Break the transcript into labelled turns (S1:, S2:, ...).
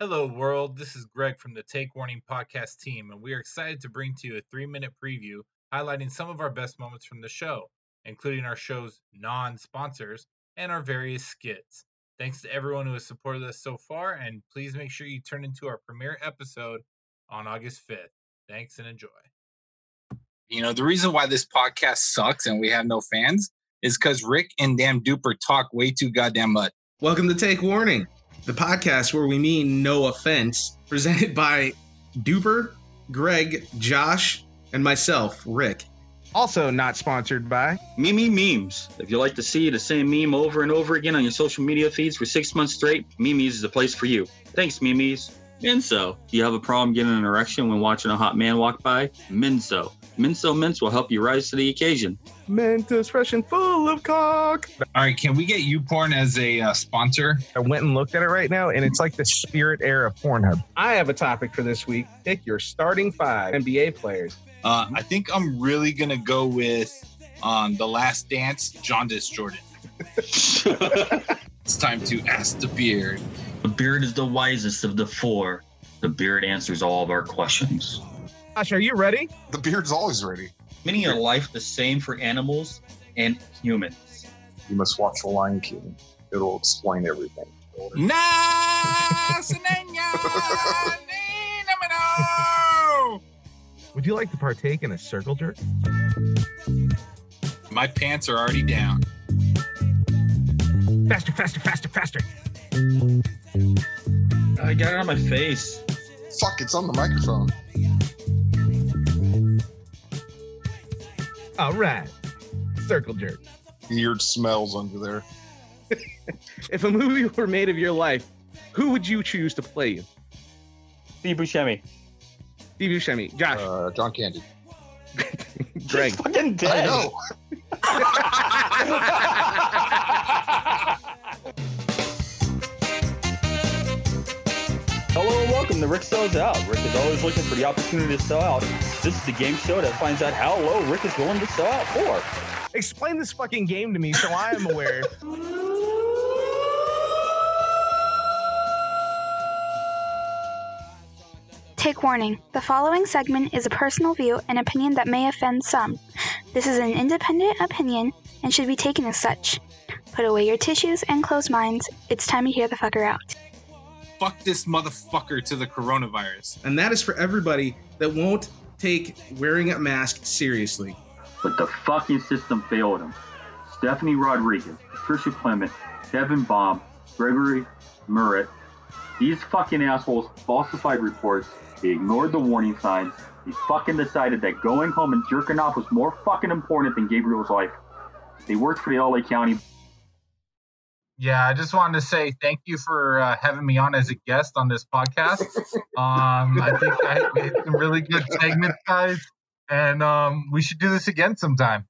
S1: Hello, world. This is Greg from the Take Warning podcast team, and we are excited to bring to you a three minute preview highlighting some of our best moments from the show, including our show's non sponsors and our various skits. Thanks to everyone who has supported us so far, and please make sure you turn into our premiere episode on August 5th. Thanks and enjoy.
S2: You know, the reason why this podcast sucks and we have no fans is because Rick and Damn Duper talk way too goddamn much.
S3: Welcome to Take Warning, the podcast where we mean no offense, presented by Duper, Greg, Josh, and myself, Rick.
S4: Also not sponsored by.
S5: Meme memes. If you like to see the same meme over and over again on your social media feeds for six months straight, Memes is the place for you. Thanks, Memes. Minso. Do you have a problem getting an erection when watching a hot man walk by? Minso. Minso Mints will help you rise to the occasion.
S4: Mentos fresh and full of cock.
S1: All right, can we get you porn as a uh, sponsor?
S4: I went and looked at it right now, and it's like the spirit air of Pornhub. I have a topic for this week. Pick your starting five NBA players.
S1: Uh, I think I'm really going to go with um, The Last Dance, Jaundice Jordan. It's time to ask the beard.
S5: The beard is the wisest of the four. The beard answers all of our questions.
S4: Josh, are you ready?
S6: The beard's always ready.
S5: Many are life the same for animals and humans.
S6: You must watch The Lion King. It'll explain everything.
S1: Nas Nena Nina Mino!
S4: Would you like to partake in a circle jerk?
S1: My pants are already down.
S4: Faster, faster, faster, faster.
S5: I got it on my face.
S6: Fuck, it's on the microphone.
S4: All right. Circle jerk.
S6: Weird smells under there.
S4: If a movie were made of your life, who would you choose to play you?
S5: Steve Buscemi.
S4: Steve Buscemi, Josh,
S6: Uh, John Candy.
S4: Greg.
S5: Fucking
S6: I know.
S5: Hello and welcome to Rick Sells Out. Rick is always looking for the opportunity to sell out. This is the game show that finds out how low Rick is willing to sell out for.
S4: Explain this fucking game to me so I am aware.
S7: Take warning the following segment is a personal view and opinion that may offend some. This is an independent opinion and should be taken as such. Put away your tissues and closed minds. It's time to hear the fucker out.
S1: Fuck this motherfucker to the coronavirus.
S3: And that is for everybody that won't take wearing a mask seriously.
S5: But the fucking system failed him. Stephanie Rodriguez, Patricia Clement, Devin Baum, Gregory Murray. These fucking assholes falsified reports. They ignored the warning signs. They fucking decided that going home and jerking off was more fucking important than Gabriel's life. They worked for the LA County
S1: Yeah, I just wanted to say thank you for uh, having me on as a guest on this podcast. Um, I think I made some really good segments, guys, and um, we should do this again sometime.